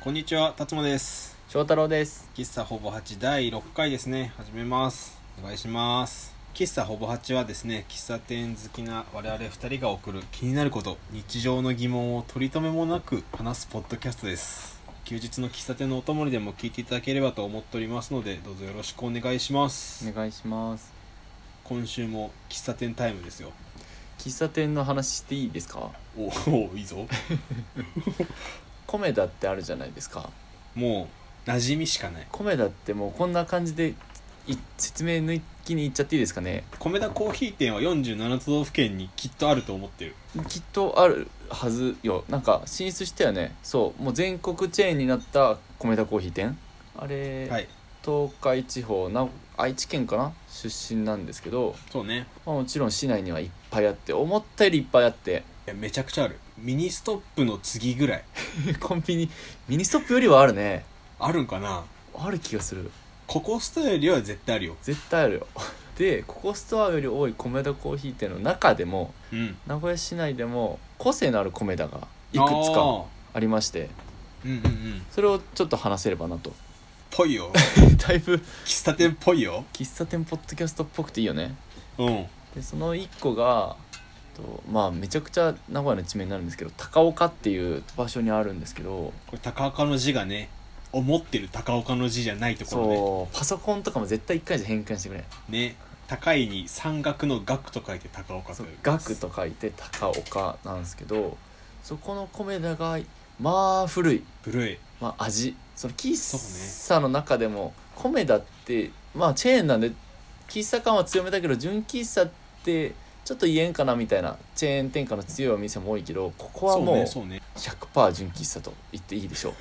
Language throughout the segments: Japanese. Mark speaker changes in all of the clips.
Speaker 1: こんにちは、辰馬です。
Speaker 2: 翔太郎です
Speaker 1: 喫茶ほぼ8第6回ですね。始めます。お願いします。喫茶ほぼ8はですね、喫茶店好きな我々2人が送る気になること、日常の疑問を取り留めもなく話すポッドキャストです。休日の喫茶店のお供にでも聞いていただければと思っておりますので、どうぞよろしくお願いします
Speaker 2: お。願いします
Speaker 1: 今週も喫茶店タイムですよ。
Speaker 2: 喫茶店の話していいですか
Speaker 1: おお、いいぞ。
Speaker 2: コメダってあるじゃないですか
Speaker 1: もう、馴染みしかない。
Speaker 2: コメダってもうこんな感じでい説明抜きにいっちゃっていいですかね
Speaker 1: 米田コーヒー店は47都道府県にきっとあると思ってる。
Speaker 2: きっとあるはずよなんか進出したよねそうもう全国チェーンになった米田コーヒー店あれ、
Speaker 1: はい。
Speaker 2: 東海地方な愛知県かな出身なんですけど、
Speaker 1: そうね。
Speaker 2: まあ、もちろん市内にはいっぱいあって思ったよりいっぱいあって
Speaker 1: いやめちゃくちゃあるミニストップの次ぐらい
Speaker 2: コンビニミニストップよりはあるね
Speaker 1: あるんかな
Speaker 2: ある気がする
Speaker 1: ココストよりは絶対あるよ
Speaker 2: 絶対あるよでここストアより多い米田コーヒー店の中でも
Speaker 1: うん
Speaker 2: 名古屋市内でも個性のある米田がいくつか
Speaker 1: あ
Speaker 2: ありまして
Speaker 1: ーうんうんうん
Speaker 2: それをちょっと話せればなと
Speaker 1: ぽいよ
Speaker 2: だいぶ
Speaker 1: 喫茶店っぽいよ
Speaker 2: 喫茶店ポッドキャストっぽくていいよね
Speaker 1: うん
Speaker 2: でその1個がとまあめちゃくちゃ名古屋の地名になるんですけど高岡っていう場所にあるんですけど
Speaker 1: これ高岡の字がね思ってる高岡の字じゃないところ
Speaker 2: そうパソコンとかも絶対1回じゃ変換してくれない
Speaker 1: ねね高いに山岳の岳と書いて高岡と
Speaker 2: そう
Speaker 1: いう
Speaker 2: 額と書いて高岡なんですけどそこの米田がまあ古い
Speaker 1: 古い
Speaker 2: まあ、味その喫茶の中でも米だってまあチェーンなんで喫茶感は強めだけど純喫茶ってちょっと言えんかなみたいなチェーン展開の強いお店も多いけどここは
Speaker 1: そう
Speaker 2: もう
Speaker 1: ね
Speaker 2: 100%
Speaker 1: そうね
Speaker 2: 純喫茶と言っていいでしょう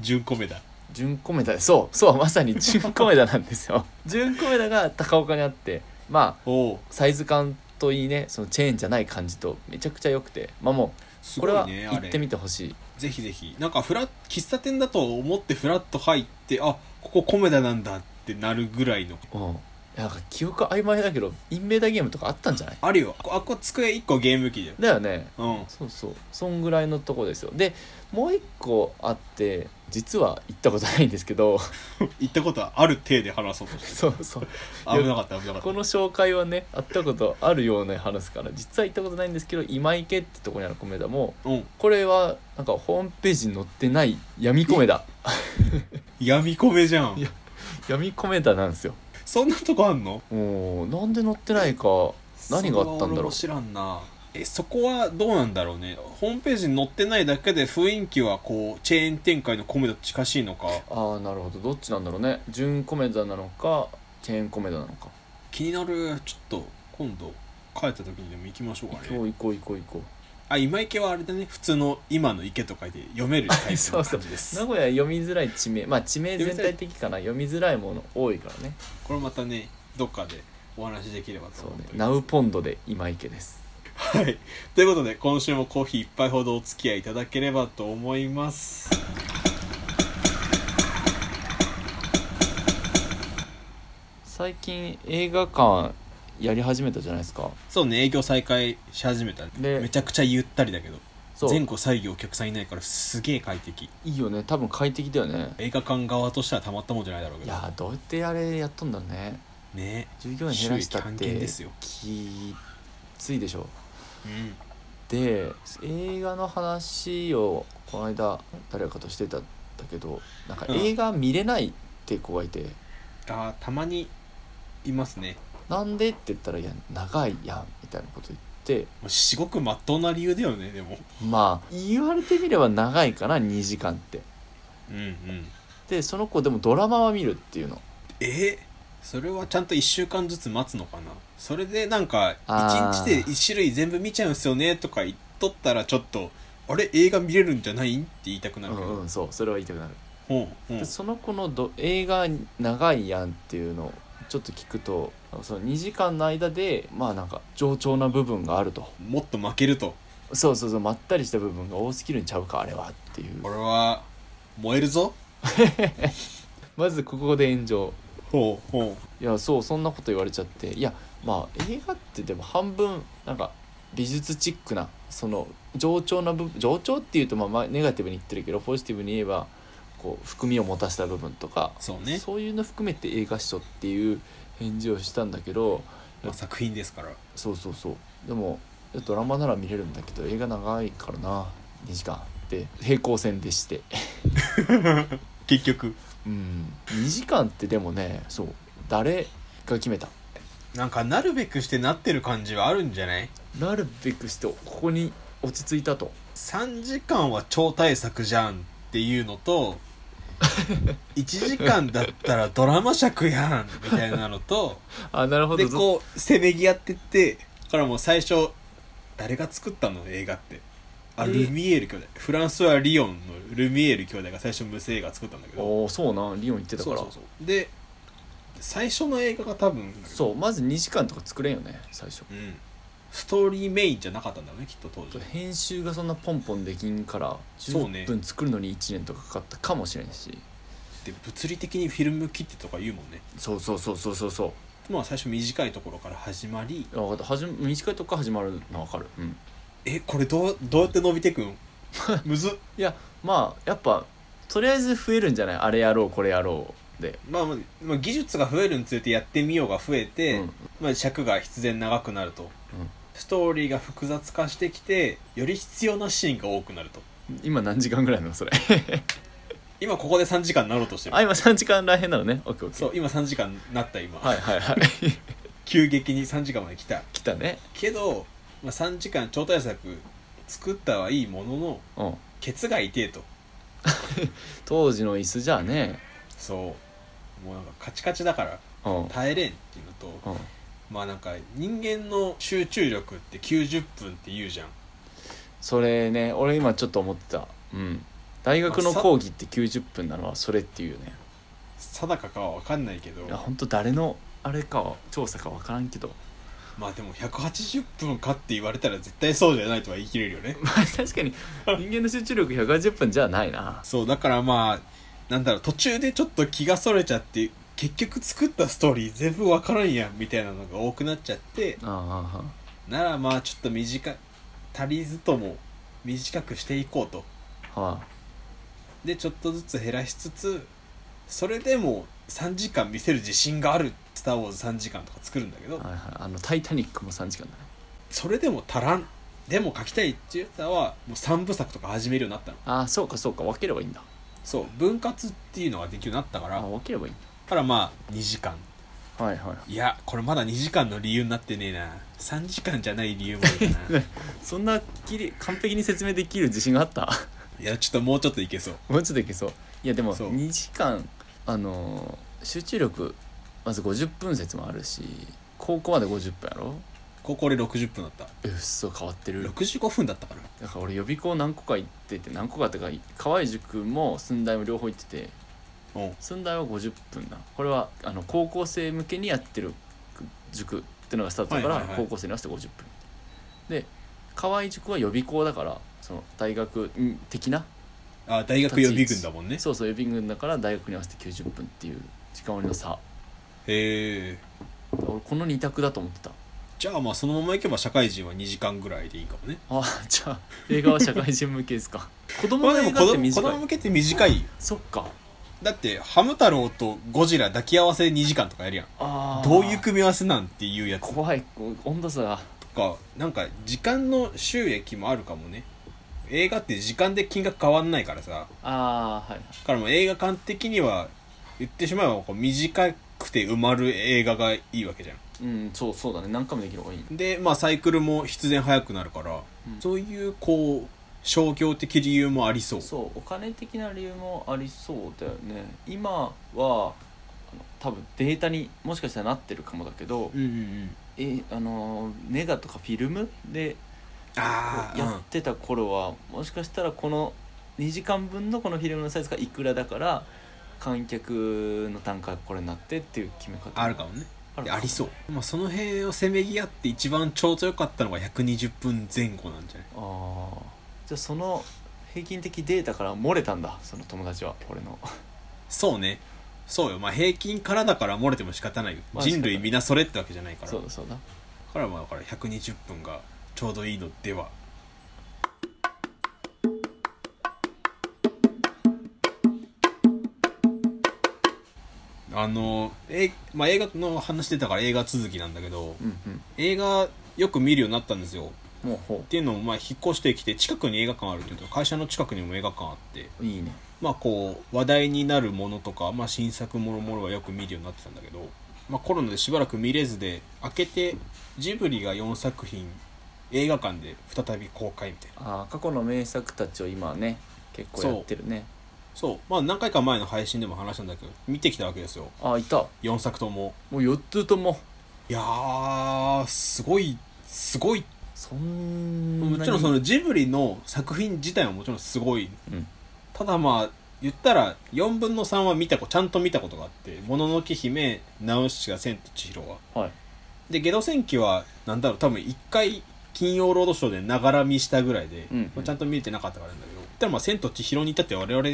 Speaker 1: 純米だ
Speaker 2: 純米だそうそうまさに純米だなんですよ 純米だが高岡にあってまあ
Speaker 1: おお
Speaker 2: サイズ感といいねそのチェーンじゃない感じとめちゃくちゃ良くてまあも
Speaker 1: す
Speaker 2: うこ
Speaker 1: ご
Speaker 2: れ
Speaker 1: い
Speaker 2: は
Speaker 1: ね
Speaker 2: 行
Speaker 1: あ
Speaker 2: って
Speaker 1: れ
Speaker 2: みてほしい
Speaker 1: ぜひぜひなんかフラッ喫茶店だと思ってフラッと入ってあここ米田なんだってなるぐらいの
Speaker 2: うんいやなんか記憶曖昧だけどインベーダーゲームとかあったんじゃない
Speaker 1: あるよああっこ机1個ゲーム機だよ
Speaker 2: だよね
Speaker 1: うん
Speaker 2: そうそうそんぐらいのとこですよでもう一個あって実は行ったことないんですけど
Speaker 1: 行ったことはある体で話そうとして
Speaker 2: そうそう
Speaker 1: 危なかった危なかった
Speaker 2: この紹介はねあったことあるような話すから実は行ったことないんですけど今池ってとこにある米田も
Speaker 1: うん
Speaker 2: これはなんかホームページに載ってない闇米田
Speaker 1: 闇米じゃん
Speaker 2: いや闇米田なんですよ
Speaker 1: そんなとこあんの
Speaker 2: もうなんで載ってないか何があったんだろう
Speaker 1: それは俺も知らんなえそこはどうなんだろうねホームページに載ってないだけで雰囲気はこうチェーン展開の米と近しいのか
Speaker 2: ああなるほどどっちなんだろうね純米田なのかチェーン米田なのか
Speaker 1: 気になるちょっと今度帰った時にでも行きましょうかね
Speaker 2: 今日行こう行こう行こう
Speaker 1: あ今池はあれだね普通の今の池と書いて読めるタイプ
Speaker 2: そ
Speaker 1: の
Speaker 2: うそ
Speaker 1: 感
Speaker 2: う
Speaker 1: じです
Speaker 2: 名古屋読みづらい地名まあ地名全体的かな読みづらいもの多いからね
Speaker 1: これまたねどっかでお話しできればと
Speaker 2: そう
Speaker 1: 思って
Speaker 2: ね
Speaker 1: おります
Speaker 2: ナウポンドで今池です
Speaker 1: はい。ということで、今週もコーヒー一杯ほどお付き合いいただければと思います。
Speaker 2: 最近映画館やり始めたじゃないですか
Speaker 1: そうね、営業再開し始めた。
Speaker 2: で
Speaker 1: めちゃくちゃゆったりだけど、
Speaker 2: そう
Speaker 1: 前後左右お客さんいないからすげえ快適。
Speaker 2: いいよね多分快適だよね
Speaker 1: 映画館側としてはたまったもんじゃないだろうけ
Speaker 2: い
Speaker 1: ど。
Speaker 2: やーどうやってあれやっとんだろうね
Speaker 1: ね
Speaker 2: 従業員減らし
Speaker 1: 収益
Speaker 2: たっ
Speaker 1: 半減
Speaker 2: て
Speaker 1: ですよ
Speaker 2: きついでしょ
Speaker 1: うん。
Speaker 2: で映画の話をこの間誰かとしてたんだけどなんか
Speaker 1: うん
Speaker 2: 映画見れないって子がいて、
Speaker 1: あーたまにいますね。
Speaker 2: なんでって言ったら「いや長いやん」みたいなこと言って
Speaker 1: もう至極まっとうな理由だよね、でも。
Speaker 2: まあ言われてみれば長いかな2時間って
Speaker 1: うんうん。
Speaker 2: でその子でもドラマは見るっていうの
Speaker 1: えそれはちゃんと1週間ずつ待つのかなそれでなんか1
Speaker 2: あ
Speaker 1: 日
Speaker 2: ー
Speaker 1: で1種類全部見ちゃうんすよねとか言っとったらちょっとあれ映画見れるんじゃないんって言いたくな
Speaker 2: う
Speaker 1: るけど、
Speaker 2: んうんそうそれは言いたくなる、
Speaker 1: ほうほう
Speaker 2: でその子のど映画長いやんっていうのをちょっと聞くとその2時間の間でまあなんか冗長な部分があると
Speaker 1: もっと負けると
Speaker 2: そうそうそうまったりした部分が多すぎるんちゃうかあれはっていう
Speaker 1: 俺は燃えるぞ
Speaker 2: まずここで炎上
Speaker 1: ほうほ
Speaker 2: いやそうそんなこと言われちゃっていやまあ映画ってでも半分なんか美術チックなその冗長な部分冗長っていうとまあまあネガティブに言ってるけどポジティブに言えばこう含みを持たせた部分とか
Speaker 1: そうね、
Speaker 2: そういうの含めて映画賞っていう返事をしたんだけど
Speaker 1: まあ作品ですから
Speaker 2: そうそうそうでもドラマなら見れるんだけど映画長いからな2時間で平行線でして
Speaker 1: 結局
Speaker 2: うん2時間ってでもねそう誰が決めた
Speaker 1: なんかなるべくしてなってる感じはあるんじゃない
Speaker 2: なるべくしてここに落ち着いたと
Speaker 1: 3時間は超大作じゃんっていうのと 1時間だったらドラマ尺やんみたいなのと
Speaker 2: あなるほ
Speaker 1: で
Speaker 2: ど
Speaker 1: こうせめぎ合ってってだからもう最初誰が作ったの映画ってあ
Speaker 2: え
Speaker 1: ルミエール兄弟フランスはリオンのルミエール兄弟が最初無声映画作ったんだけど
Speaker 2: おーそうなリオン言ってたか
Speaker 1: そう
Speaker 2: ら
Speaker 1: そ
Speaker 2: そう
Speaker 1: うそうで最初の映画が多分
Speaker 2: まず2時間とか作れんよね最初
Speaker 1: うん、ストーリーメインじゃなかったんだろうねきっと当時
Speaker 2: 編集がそんなポンポンできんから
Speaker 1: そうね
Speaker 2: 10分作るのに1年とかかかったかもしれんし
Speaker 1: で物理的にフィルム切ってとか言うもんね
Speaker 2: そうそうそうそうそうそう
Speaker 1: まあ最初短いところから始まり
Speaker 2: あ分かった始め短いとこから始まるの分かるうん
Speaker 1: えこれどうどうやって伸びてく んむずっ
Speaker 2: いやまあやっぱとりあえず増えるんじゃないあれやろうこれやろうで、
Speaker 1: まあ、まあまあ、技術が増えるにつれてやってみようが増えて、
Speaker 2: うん
Speaker 1: まあ、尺が必然長くなると、ストーリーが複雑化してきてより必要なシーンが多くなると
Speaker 2: 今何時間ぐらいなのそ れ
Speaker 1: 今ここで3時間になろうとしてる
Speaker 2: あ今3時間らへんなのねオッケーオッケ
Speaker 1: そう今3時間になった今、
Speaker 2: ーはいはい はい
Speaker 1: 急激に3時間まで来た
Speaker 2: 来たね
Speaker 1: けど、まあ、3時間超大作作ったはいいものの
Speaker 2: うん
Speaker 1: ケツが痛えと
Speaker 2: 当時の椅子じゃあね
Speaker 1: そうもうなんかカチカチだから
Speaker 2: うんうん
Speaker 1: 耐えれんっていうのと、まあなんか人間の集中力って90分って言うじゃん
Speaker 2: それね俺今ちょっと思ってたうん大学の講義って90分なのはそれっていうね
Speaker 1: 定かかは分かんないけど
Speaker 2: いや本当誰のあれかは調査か分からんけど
Speaker 1: まあでも180分かって言われたら絶対そうじゃないとは言い切れるよね
Speaker 2: まあ確かに人間の集中力180分じゃないな
Speaker 1: そうだからまあなんだろう途中でちょっと気がそれちゃって結局作ったストーリー全部分からんやんみたいなのが多くなっちゃって
Speaker 2: ああああ
Speaker 1: ならまあちょっと短い足りずとも短くしていこうと
Speaker 2: ああはあ
Speaker 1: でちょっとずつ減らしつつそれでも3時間見せる自信がある「スター・ウォーズ」3時間とか作るんだけど
Speaker 2: はいはい、あの「タイタニック」も3時間だね
Speaker 1: それでも足らんでも書きたいっていうやつらはもう3部作とか始めるようになったの
Speaker 2: ああそうかそうか分ければいいんだ
Speaker 1: そう分割っていうのができるようになったか
Speaker 2: あ
Speaker 1: らだ
Speaker 2: 分ければいいん
Speaker 1: からまあ2時間
Speaker 2: だはいはい
Speaker 1: いやこれまだ2時間の理由になってねえな3時間じゃない理由もあるか な
Speaker 2: そんなきり完璧に説明できる自信があった
Speaker 1: いやちょっともうちょっといけそう
Speaker 2: もうちょっといけそういやでも
Speaker 1: そう
Speaker 2: 2時間あのー集中力まず50分説もあるし高校まで50分やろ
Speaker 1: 高校で60分だった
Speaker 2: うっそ変わってる
Speaker 1: 65分だったから
Speaker 2: だから俺予備校何個か行ってて何個かってか河合塾も寸大も両方行ってて
Speaker 1: うん
Speaker 2: 寸大は50分なこれはあの高校生向けにやってる塾ってのがスタートだから、
Speaker 1: はいはいはい
Speaker 2: 高校生に合わせて50分で河合塾は予備校だからその大学ん的な
Speaker 1: あ大学予備軍だもんね
Speaker 2: そうそう予備軍だから大学に合わせて90分っていう時間割の差
Speaker 1: へえ
Speaker 2: 俺この2択だと思ってた
Speaker 1: じゃあまあそのままいけば社会人は2時間ぐらいでいいかもね
Speaker 2: あじゃあ映画は社会人向けですか 子供
Speaker 1: まあ
Speaker 2: の
Speaker 1: で
Speaker 2: 映
Speaker 1: も
Speaker 2: 画
Speaker 1: 子
Speaker 2: っ
Speaker 1: 供
Speaker 2: て
Speaker 1: 子
Speaker 2: 短
Speaker 1: 供
Speaker 2: い
Speaker 1: 向けって短いよ
Speaker 2: そっか
Speaker 1: だってハム太郎とゴジラ抱き合わせ2時間とかやるやん
Speaker 2: あー
Speaker 1: どういう組み合わせなんていうやつと
Speaker 2: 怖いこう温度差が
Speaker 1: かなんか時間の収益もあるかもね映画って時間で金額変わんないからさ
Speaker 2: ああはい
Speaker 1: だからもう映画館的には言ってしまえばこう短くて埋まる映画がいいわけじゃん
Speaker 2: うんそうそうだね何回もできる方がいい
Speaker 1: でまあサイクルも必然早くなるから、
Speaker 2: うん
Speaker 1: そういうこう商業的理由もありそう
Speaker 2: そうお金的な理由もありそうだよね今はあの多分データにもしかしたらなってるかもだけど、
Speaker 1: うんうんうん
Speaker 2: えあのネガとかフィルムで
Speaker 1: ああ、う
Speaker 2: や
Speaker 1: ん
Speaker 2: ってた頃は、もしかしたらこの2時間分のこのフィルムのサイズがいくらだから観客の単価がこれになってっていう決め方
Speaker 1: あるかもね
Speaker 2: ある
Speaker 1: で
Speaker 2: かも
Speaker 1: ありそう、まあ、その辺をせめぎ合って一番ちょうど良かったのが120分前後なんじゃない
Speaker 2: ああじゃあその平均的データから漏れたんだその友達は俺の
Speaker 1: そうねそうよまあ平均からだから漏れても仕方ないよ
Speaker 2: まあ
Speaker 1: 人
Speaker 2: 仕方
Speaker 1: 類
Speaker 2: ない
Speaker 1: 皆それってわけじゃないから
Speaker 2: そう
Speaker 1: だ
Speaker 2: だそうだ
Speaker 1: からまあだから120分がちょうどいいのではあのえ、まあ、映画の話出たから映画続きなんだけど
Speaker 2: うん
Speaker 1: 映画よく見るようになったんですよ
Speaker 2: うんもうほ
Speaker 1: っていうのもまあ引っ越してきて近くに映画館あるけど会社の近くにも映画館あって
Speaker 2: ういいね
Speaker 1: まあこう話題になるものとか、まあ、新作もろもろはよく見るようになってたんだけど、まあ、コロナでしばらく見れずで開けてジブリが4作品映画館で再び公開みたいな
Speaker 2: あー過去の名作たちを今ね結構やってるね
Speaker 1: そうまあ何回か前の配信でも話したんだけど見てきたわけですよ
Speaker 2: あーいた
Speaker 1: 4作とも
Speaker 2: もう4つとも
Speaker 1: いやーすごいすごい
Speaker 2: そんなに
Speaker 1: もちろんそのジブリの作品自体はもちろんすごい
Speaker 2: うん
Speaker 1: ただまあ言ったら4分の3は見たこちゃんと見たことがあって「もののけ姫」「ナウシカ」「千と千尋」は
Speaker 2: はい
Speaker 1: で「ゲド戦記」はなんだろう多分1回金曜ロードショーでながら見したぐらいで、
Speaker 2: うんうん
Speaker 1: まあちゃんと見れてなかったからなんだけど言ったらまあ「千と千尋」に至っては我々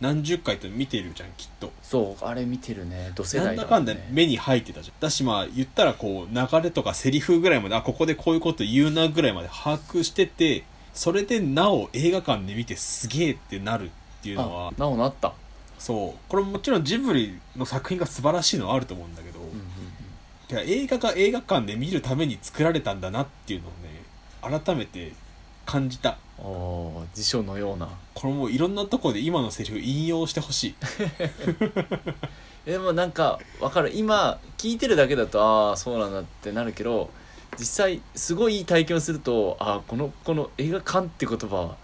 Speaker 1: 何十回と見てるじゃんきっと
Speaker 2: そうあれ見てるね同世
Speaker 1: な
Speaker 2: 代
Speaker 1: んだ
Speaker 2: も
Speaker 1: か
Speaker 2: ん
Speaker 1: んだ
Speaker 2: ね
Speaker 1: 目に入ってたじゃんだしまあ言ったらこう流れとかセリフぐらいまであここでこういうこと言うなぐらいまで把握しててそれでなお映画館で見てすげえってなるっていうのは
Speaker 2: あなおなった、
Speaker 1: そうこれもちろんジブリの作品が素晴らしいのはあると思うんだけど、
Speaker 2: うんうん
Speaker 1: てか映画が映画館で見るために作られたんだなっていうのをね改めて感じた
Speaker 2: うん、ああ辞書のような
Speaker 1: これもういろんなところで今のセリフ引用してほしい
Speaker 2: えでもなんかわかる今聞いてるだけだとああそうなんだってなるけど実際すごいいい体験をするとああこのこの映画館って言葉は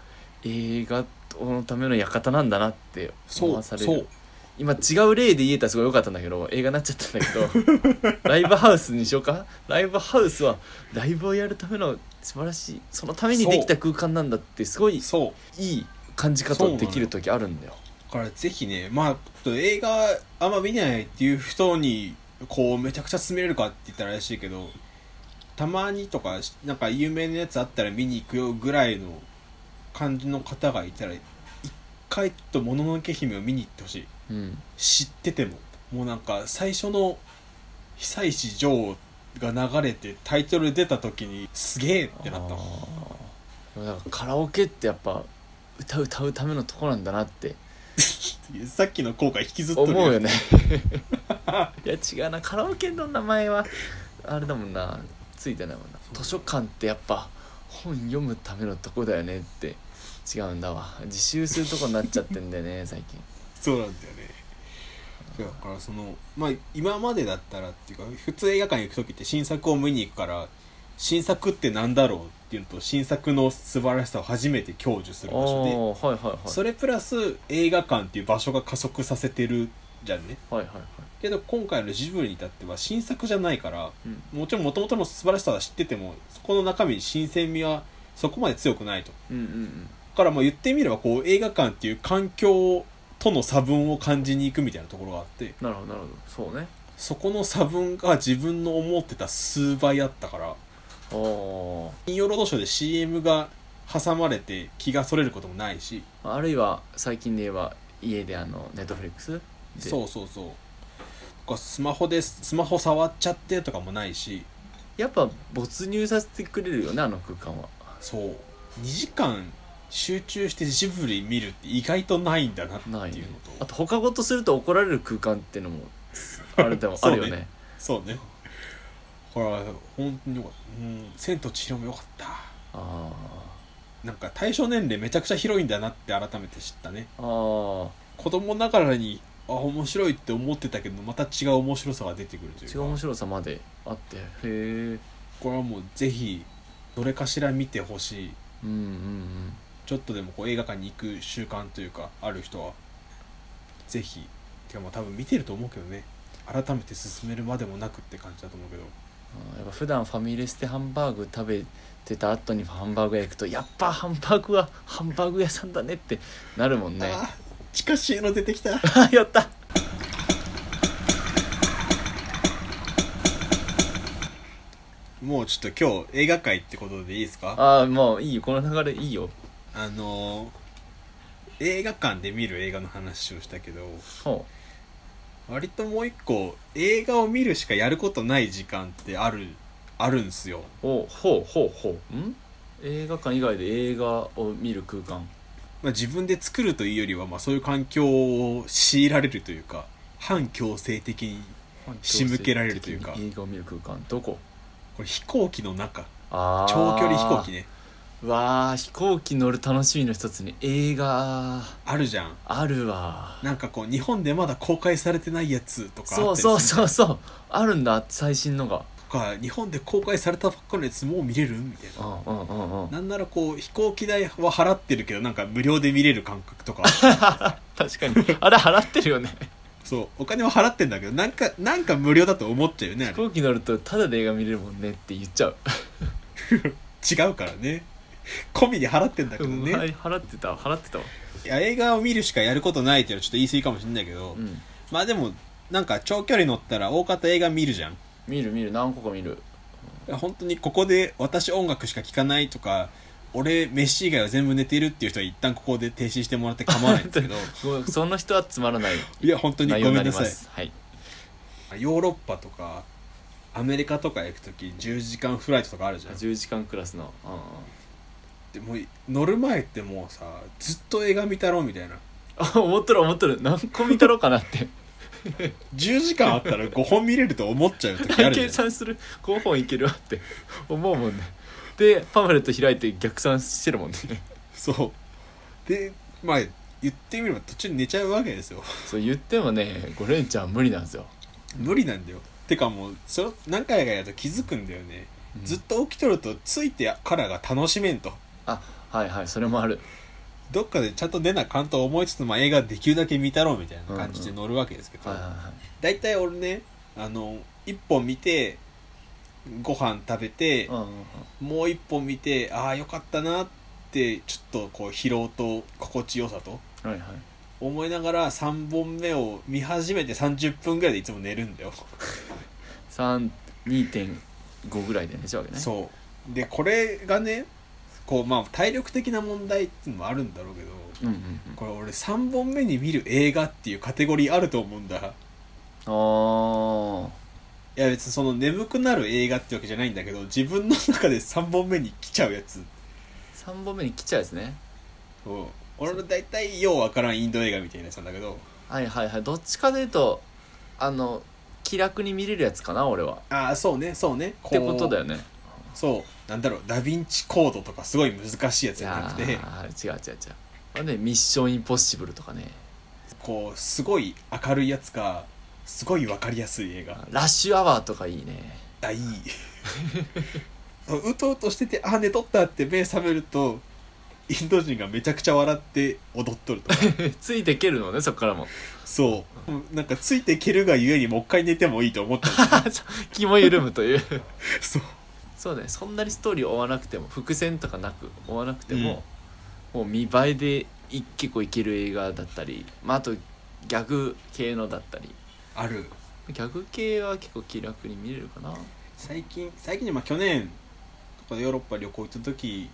Speaker 2: 映画のための館なんだなって思
Speaker 1: そ
Speaker 2: わ
Speaker 1: う
Speaker 2: される
Speaker 1: そう
Speaker 2: 今違う例で言えたらすごい良かったんだけど映画になっちゃったんだけど ライブハウスにしようかライブハウスはライブをやるための素晴らしいそのためにできた空間なんだってすごい
Speaker 1: そう
Speaker 2: いい感じ方できる時あるんだよ
Speaker 1: だからぜひねまあちょっと映画あんま見ないっていう人にこうめちゃくちゃ勧めれるかって言ったら怪しいけどたまにとかなんか有名なやつあったら見に行くよぐらいの感じの方がいたら一回ちょっと「もののけ姫」を見に行ってほしい
Speaker 2: うん
Speaker 1: 知っててももうなんか最初の「久石譲」が流れてタイトル出た時にすげえってなった
Speaker 2: あーでもだからカラオケってやっぱ歌う歌うためのとこなんだなって
Speaker 1: さっきの効果引きずっと
Speaker 2: 思
Speaker 1: る
Speaker 2: うよね いや違うなカラオケの名前はあれだもんなついてないもんな図書館ってやっぱ本読むためのとこだよねって違うんだわ自習するとこになっちゃってんだ よね最近
Speaker 1: そうなんだよねだからそのまあ今までだったらっていうか普通映画館行く時って新作を見に行くから新作ってなんだろうっていうのと新作の素晴らしさを初めて享受する
Speaker 2: ああ
Speaker 1: 場所で
Speaker 2: ーはいはいはい
Speaker 1: それプラス映画館っていう場所が加速させてるじゃんね
Speaker 2: はいはいはい
Speaker 1: けど今回のジブリに至っては新作じゃないから
Speaker 2: うん
Speaker 1: もちろん元々の素晴らしさは知っててもそこの中身に新鮮味はそこまで強くないと
Speaker 2: うんうんうん
Speaker 1: だからまあ言ってみればこう映画館っていう環境との差分を感じに行くみたいなところがあって
Speaker 2: なるほどなるほどそうね
Speaker 1: そこの差分が自分の思ってた数倍あったから
Speaker 2: あー
Speaker 1: 金曜ロードショーで CM が挟まれて気がそれることもないし
Speaker 2: あるいは最近で言えば家であのネットフリックスで
Speaker 1: そうそうそうとかスマホでスマホ触っちゃってとかもないし
Speaker 2: やっぱ没入させてくれるよねあの空間は
Speaker 1: そう2時間集中してジブリ見るって意外とないんだなっていうの
Speaker 2: ないねあ
Speaker 1: と
Speaker 2: と他事すると怒られる空間っていうのもあれでもあ
Speaker 1: そう
Speaker 2: る
Speaker 1: ね
Speaker 2: よね
Speaker 1: そうねほら本当によかったうん「千と千尋」もよかった
Speaker 2: あ
Speaker 1: なんか対象年齢めちゃくちゃ広いんだなって改めて知ったね
Speaker 2: ーあ
Speaker 1: 子供ながらにあ面白いって思ってたけどまた違う面白さが出てくるとい
Speaker 2: ー
Speaker 1: う
Speaker 2: 違う面
Speaker 1: か
Speaker 2: 白さまであってへえ
Speaker 1: これはもうぜひどれかしら見てほしい
Speaker 2: うんうんうん
Speaker 1: ちょっとでもこう映画館に行く習慣というかある人はぜひてかまあ多分見てると思うけどね改めて進めるまでもなくって感じだと思うけど
Speaker 2: あーやっぱ普段ファミレスでハンバーグ食べてた後にハンバーグ屋行くとやっぱハンバーグは ハンバーグ屋さんだねってなるも んね
Speaker 1: あ近しいの出てきた
Speaker 2: あ やった
Speaker 1: もうちょっと今日映画界ってことでいいですか
Speaker 2: ああもういいよこの流れいいよ
Speaker 1: あのー映画館で見る映画の話をしたけど
Speaker 2: ほ
Speaker 1: 割ともう一個映画を見るしかやることない時間ってあるあるんすよ
Speaker 2: おほうほうほうん映画館以外で映画を見る空間
Speaker 1: まあ、自分で作るというよりは、まあ、そういう環境を強いられるというか反強制的に仕向けられるというか
Speaker 2: 映画を見る空間どこ
Speaker 1: これ飛行機の中
Speaker 2: あー
Speaker 1: 長距離飛行機ね
Speaker 2: わあ飛行機乗る楽しみの一つに映画
Speaker 1: あるじゃん
Speaker 2: あるわ
Speaker 1: なんかこう日本でまだ公開されてないやつとかあ
Speaker 2: そう
Speaker 1: ったりする
Speaker 2: そうそうそうあるんだ最新のが
Speaker 1: とか日本で公開されたばっかのやつもう見れるみたいな
Speaker 2: うんうんうんうん
Speaker 1: なんならこう飛行機代は払ってるけどなんか無料で見れる感覚と か
Speaker 2: 確かにあれ払ってるよね
Speaker 1: そうお金は払ってんだけどなんかなんか無料だと思っちゃうよねあ
Speaker 2: 飛行機乗るとタダで映画見れるもんねって言っちゃう
Speaker 1: れ違うからね込みで払ってんだけど
Speaker 2: うん
Speaker 1: ね、
Speaker 2: はい払ってたわ払ってたわ
Speaker 1: いや映画を見るしかやることないっていうのはちょっと言い過ぎかもしれないけど、
Speaker 2: うん
Speaker 1: まあでもなんか長距離乗ったら大方映画見るじゃん
Speaker 2: 見る見る何個か見る
Speaker 1: 本当にここで私音楽しか聴かないとか俺飯以外は全部寝てるっていう人は一旦ここで停止してもらって構わないんですけ ど
Speaker 2: ごめんその人はつまらない
Speaker 1: いや本当に
Speaker 2: 内容
Speaker 1: ごめ
Speaker 2: になんり
Speaker 1: な
Speaker 2: ま
Speaker 1: さい
Speaker 2: すはい
Speaker 1: ヨーロッパとかアメリカとか行く時10時間フライトとかあるじゃん
Speaker 2: 10時間クラスのうんうん
Speaker 1: でもう乗る前ってもうさずっと映画見たろみたいな
Speaker 2: あ思っとる思っとる何個見たろうかなって
Speaker 1: 10時間あったら5本見れると思っちゃう時あるじゃ
Speaker 2: 計
Speaker 1: ん
Speaker 2: 算する5本いけるわって思うもんねでパンフレット開いて逆算してるもんね
Speaker 1: そうでまあ言ってみれば途中に寝ちゃうわけですよ
Speaker 2: そう言ってもね5連チャン無理なんですよ、
Speaker 1: 無理なんだよてかもうそれ何回かやると気づくんだよね、
Speaker 2: うん
Speaker 1: ずっと起きとるとついてからが楽しめんと
Speaker 2: あはいはいそれもある
Speaker 1: どっかでちゃんと出なあかんと思いつつ、まあ、映画できるだけ見たろうみたいな感じで乗るわけですけど、
Speaker 2: はいはいはい
Speaker 1: だいたい俺ねあの1本見てご飯食べて
Speaker 2: うん、うんうん
Speaker 1: もう1本見てああよかったなってちょっとこう疲労と心地よさと
Speaker 2: はいはい
Speaker 1: 思いながら3本目を見始めて30分ぐらいでいつも寝るんだよ、
Speaker 2: 三2.5ぐらいで寝ちゃうわけね
Speaker 1: そうでこれがねこうまあ体力的な問題っていうのもあるんだろうけど
Speaker 2: うんうんうん
Speaker 1: これ俺3本目に見る映画っていうカテゴリーあると思うんだ
Speaker 2: あー
Speaker 1: いや別にその眠くなる映画ってわけじゃないんだけど自分の中で3本目に来ちゃうやつ
Speaker 2: 3本目に来ちゃうですね
Speaker 1: を俺の大体ようわからんインド映画みたいなやつなんだけど
Speaker 2: はいはいはいどっちかでいうとあの気楽に見れるやつかな俺は
Speaker 1: ああそうねそうね
Speaker 2: ってことだよ
Speaker 1: ね
Speaker 2: ね
Speaker 1: そうなんだろうダヴィンチコードとかすごい難しいやつ
Speaker 2: い
Speaker 1: じゃな
Speaker 2: や
Speaker 1: く
Speaker 2: ー違う違
Speaker 1: て
Speaker 2: う違うあれねミッションインポッシブルとかね
Speaker 1: こうすごい明るいやつかすごいわかりやすい映画
Speaker 2: ラッシュアワーとかいいね
Speaker 1: あいいうとうとしててあ寝とったって目覚めるとインド人がめちゃくちゃ笑って踊っとるとか
Speaker 2: ついてけるのねそっから も
Speaker 1: そうなんかついていけるがゆえにもう一回寝てもいいと思った
Speaker 2: 気も緩むという
Speaker 1: そう
Speaker 2: そうねそんなにストーリーを追わなくても伏線とかなく追わなくても、もう見栄えでい結構いける映画だったり、まあ、あとギャグ系のだったり
Speaker 1: ある
Speaker 2: ギャグ系は結構気楽に見れるかな
Speaker 1: 最近最近でまあ去年このヨーロッパ旅行行った時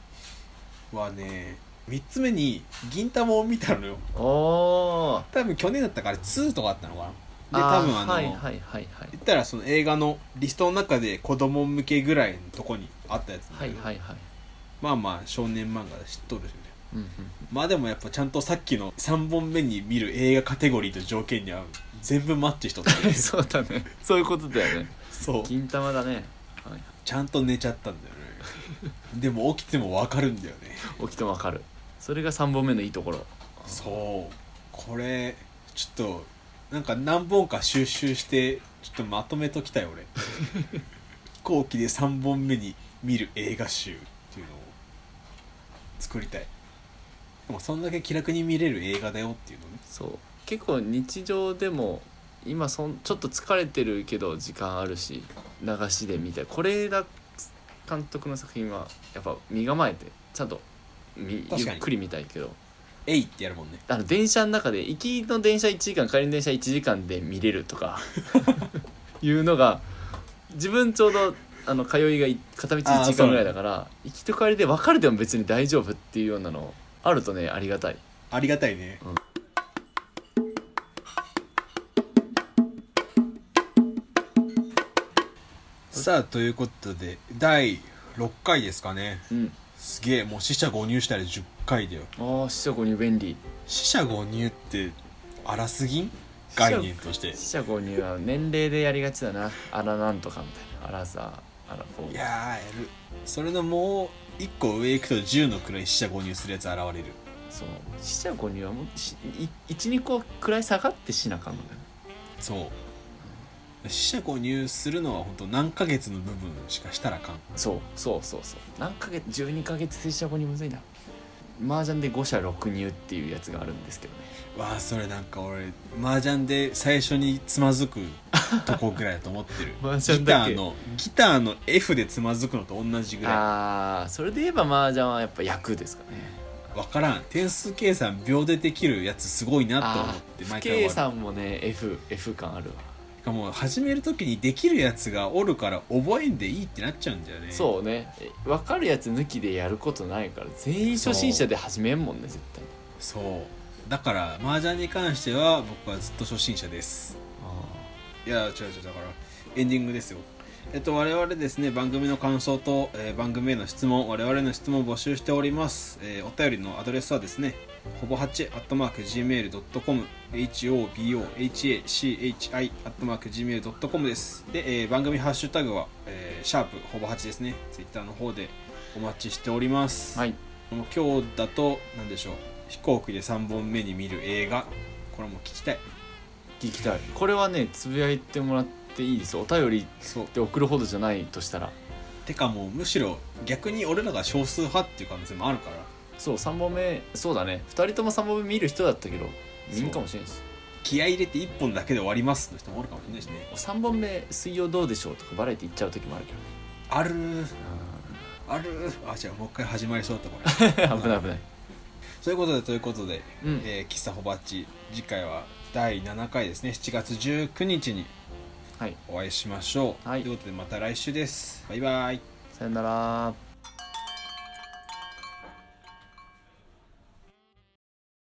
Speaker 1: はね3つ目に銀魂を見たのよ
Speaker 2: おー
Speaker 1: 多分去年だったから2とかあったのかなで
Speaker 2: あ
Speaker 1: 多
Speaker 2: ー
Speaker 1: 分あの、
Speaker 2: はいはいはいはい
Speaker 1: 言ったらその映画のリストの中で子供向けぐらいのとこにあったやつなんだ
Speaker 2: は
Speaker 1: け
Speaker 2: い
Speaker 1: ど
Speaker 2: はいはい
Speaker 1: まあまあ少年漫画で知っとるしね
Speaker 2: うんうん
Speaker 1: まあでもやっぱちゃんとさっきの3本目に見る映画カテゴリーと条件に合う全部マッチしとった
Speaker 2: そうだねそういうことだよね
Speaker 1: そう
Speaker 2: 金玉だね、はい、
Speaker 1: ちゃんと寝ちゃったんだよねでも起きても分かるんだよね
Speaker 2: 起きてもわかるそれが3本目のいいところ
Speaker 1: そうこれちょっとなんか何本か収集してちょっとまとめときたい俺飛行機で3本目に見る映画集っていうのを作りたいでもそんだけ気楽に見れる映画だよっていうのね
Speaker 2: そう結構日常でも今そんちょっと疲れてるけど時間あるし流しで見て是枝監督の作品はやっぱ身構えてちゃんとみゆ
Speaker 1: 確かに
Speaker 2: っくり見たいけど
Speaker 1: 「えい!」ってやるもんね
Speaker 2: あの電車の中で行きの電車1時間帰りの電車1時間で見れる とかいうのが自分ちょうどあの通いがい片道
Speaker 1: あ
Speaker 2: 1
Speaker 1: ー
Speaker 2: 時
Speaker 1: そう
Speaker 2: 間ぐらいだから行きと帰りで別れても別に大丈夫っていうようなのあるとねありがたい
Speaker 1: ありがたいね、
Speaker 2: うん
Speaker 1: さあということで第6回ですかね
Speaker 2: うん
Speaker 1: すげえもう死者誤入したら10回だよ
Speaker 2: ああ四捨五入便利
Speaker 1: 死者誤入って荒すぎん概念として
Speaker 2: 四捨五入は年齢でやりがちだなあらなんとかみたいなあらさあらこ
Speaker 1: いうやーやるそれのもう1個上行くと10の位死者誤入するやつ現れる
Speaker 2: そう四捨五入はもう12個くらい下がってしなあかんのだよ
Speaker 1: そう死者誤入するのは本当何ヶ月の部分しかしたらあかん
Speaker 2: そうそうそうそう何ヶ月12ヶ月で四捨五入むずいな麻雀で五捨六入っていうやつがあるんですけどね
Speaker 1: わあそれなんか俺麻雀で最初につまずくとこぐらいだと思ってる
Speaker 2: 麻
Speaker 1: ギ
Speaker 2: 雀
Speaker 1: タ
Speaker 2: だけ
Speaker 1: ーのギターの F でつまずくのと同じぐら
Speaker 2: ああそれで言えば麻雀はやっぱ役ですかね
Speaker 1: いわからん点数計算秒でできるやつすごいなと思っ
Speaker 2: あ
Speaker 1: て
Speaker 2: ー
Speaker 1: 毎
Speaker 2: 不
Speaker 1: 回
Speaker 2: 敬
Speaker 1: 終わ
Speaker 2: さんもね FF 感ある
Speaker 1: る
Speaker 2: わ
Speaker 1: しかも始める時にできるやつがおるから覚えんでいいってなっちゃうんだよね
Speaker 2: そうねえ分かるやつ抜きでやることないから全員初心者で始めんもんね絶対
Speaker 1: そうだから麻雀に関しては僕はずっと初心者ですいや違う違うだからエンディングですよえっと我々ですね番組の感想と、えー番組への質問我々の質問を募集しております、えーお便りのアドレスはですねほぼ8 gmail.com hobohachi gmail.com ですで、えー番組ハッシュタグは、えーシャープほぼ8ですねツイッターの方でお待ちしております、
Speaker 2: はい
Speaker 1: もう今日だと何でしょう飛行機で3本目に見る映画これも聞きたい
Speaker 2: 聞きたいこれはねつぶやいてもらっていいですよお便り
Speaker 1: そう
Speaker 2: で送るほどじゃないとしたら
Speaker 1: てかもうむしろ逆に俺らが少数派っていう可能性もあるから
Speaker 2: そう3本目そうだね2人とも3本目見る人だったけど見るかもしれんし
Speaker 1: 気合い入れて1本だけで終わりますの人もおるかもしれないしね
Speaker 2: 3本目「水曜どうでしょう」とかバラエティ行っちゃう時もあるけどね
Speaker 1: あるーあるーあじゃあもう一回始まりそうだった これ
Speaker 2: 危ない危ない
Speaker 1: そういうことでということで、
Speaker 2: うん
Speaker 1: えー喫茶ホバッチ次回は第7回ですね7月19日に
Speaker 2: はい
Speaker 1: お会いしましょう、
Speaker 2: はい
Speaker 1: ということでまた来週ですバイバイ
Speaker 2: さよなら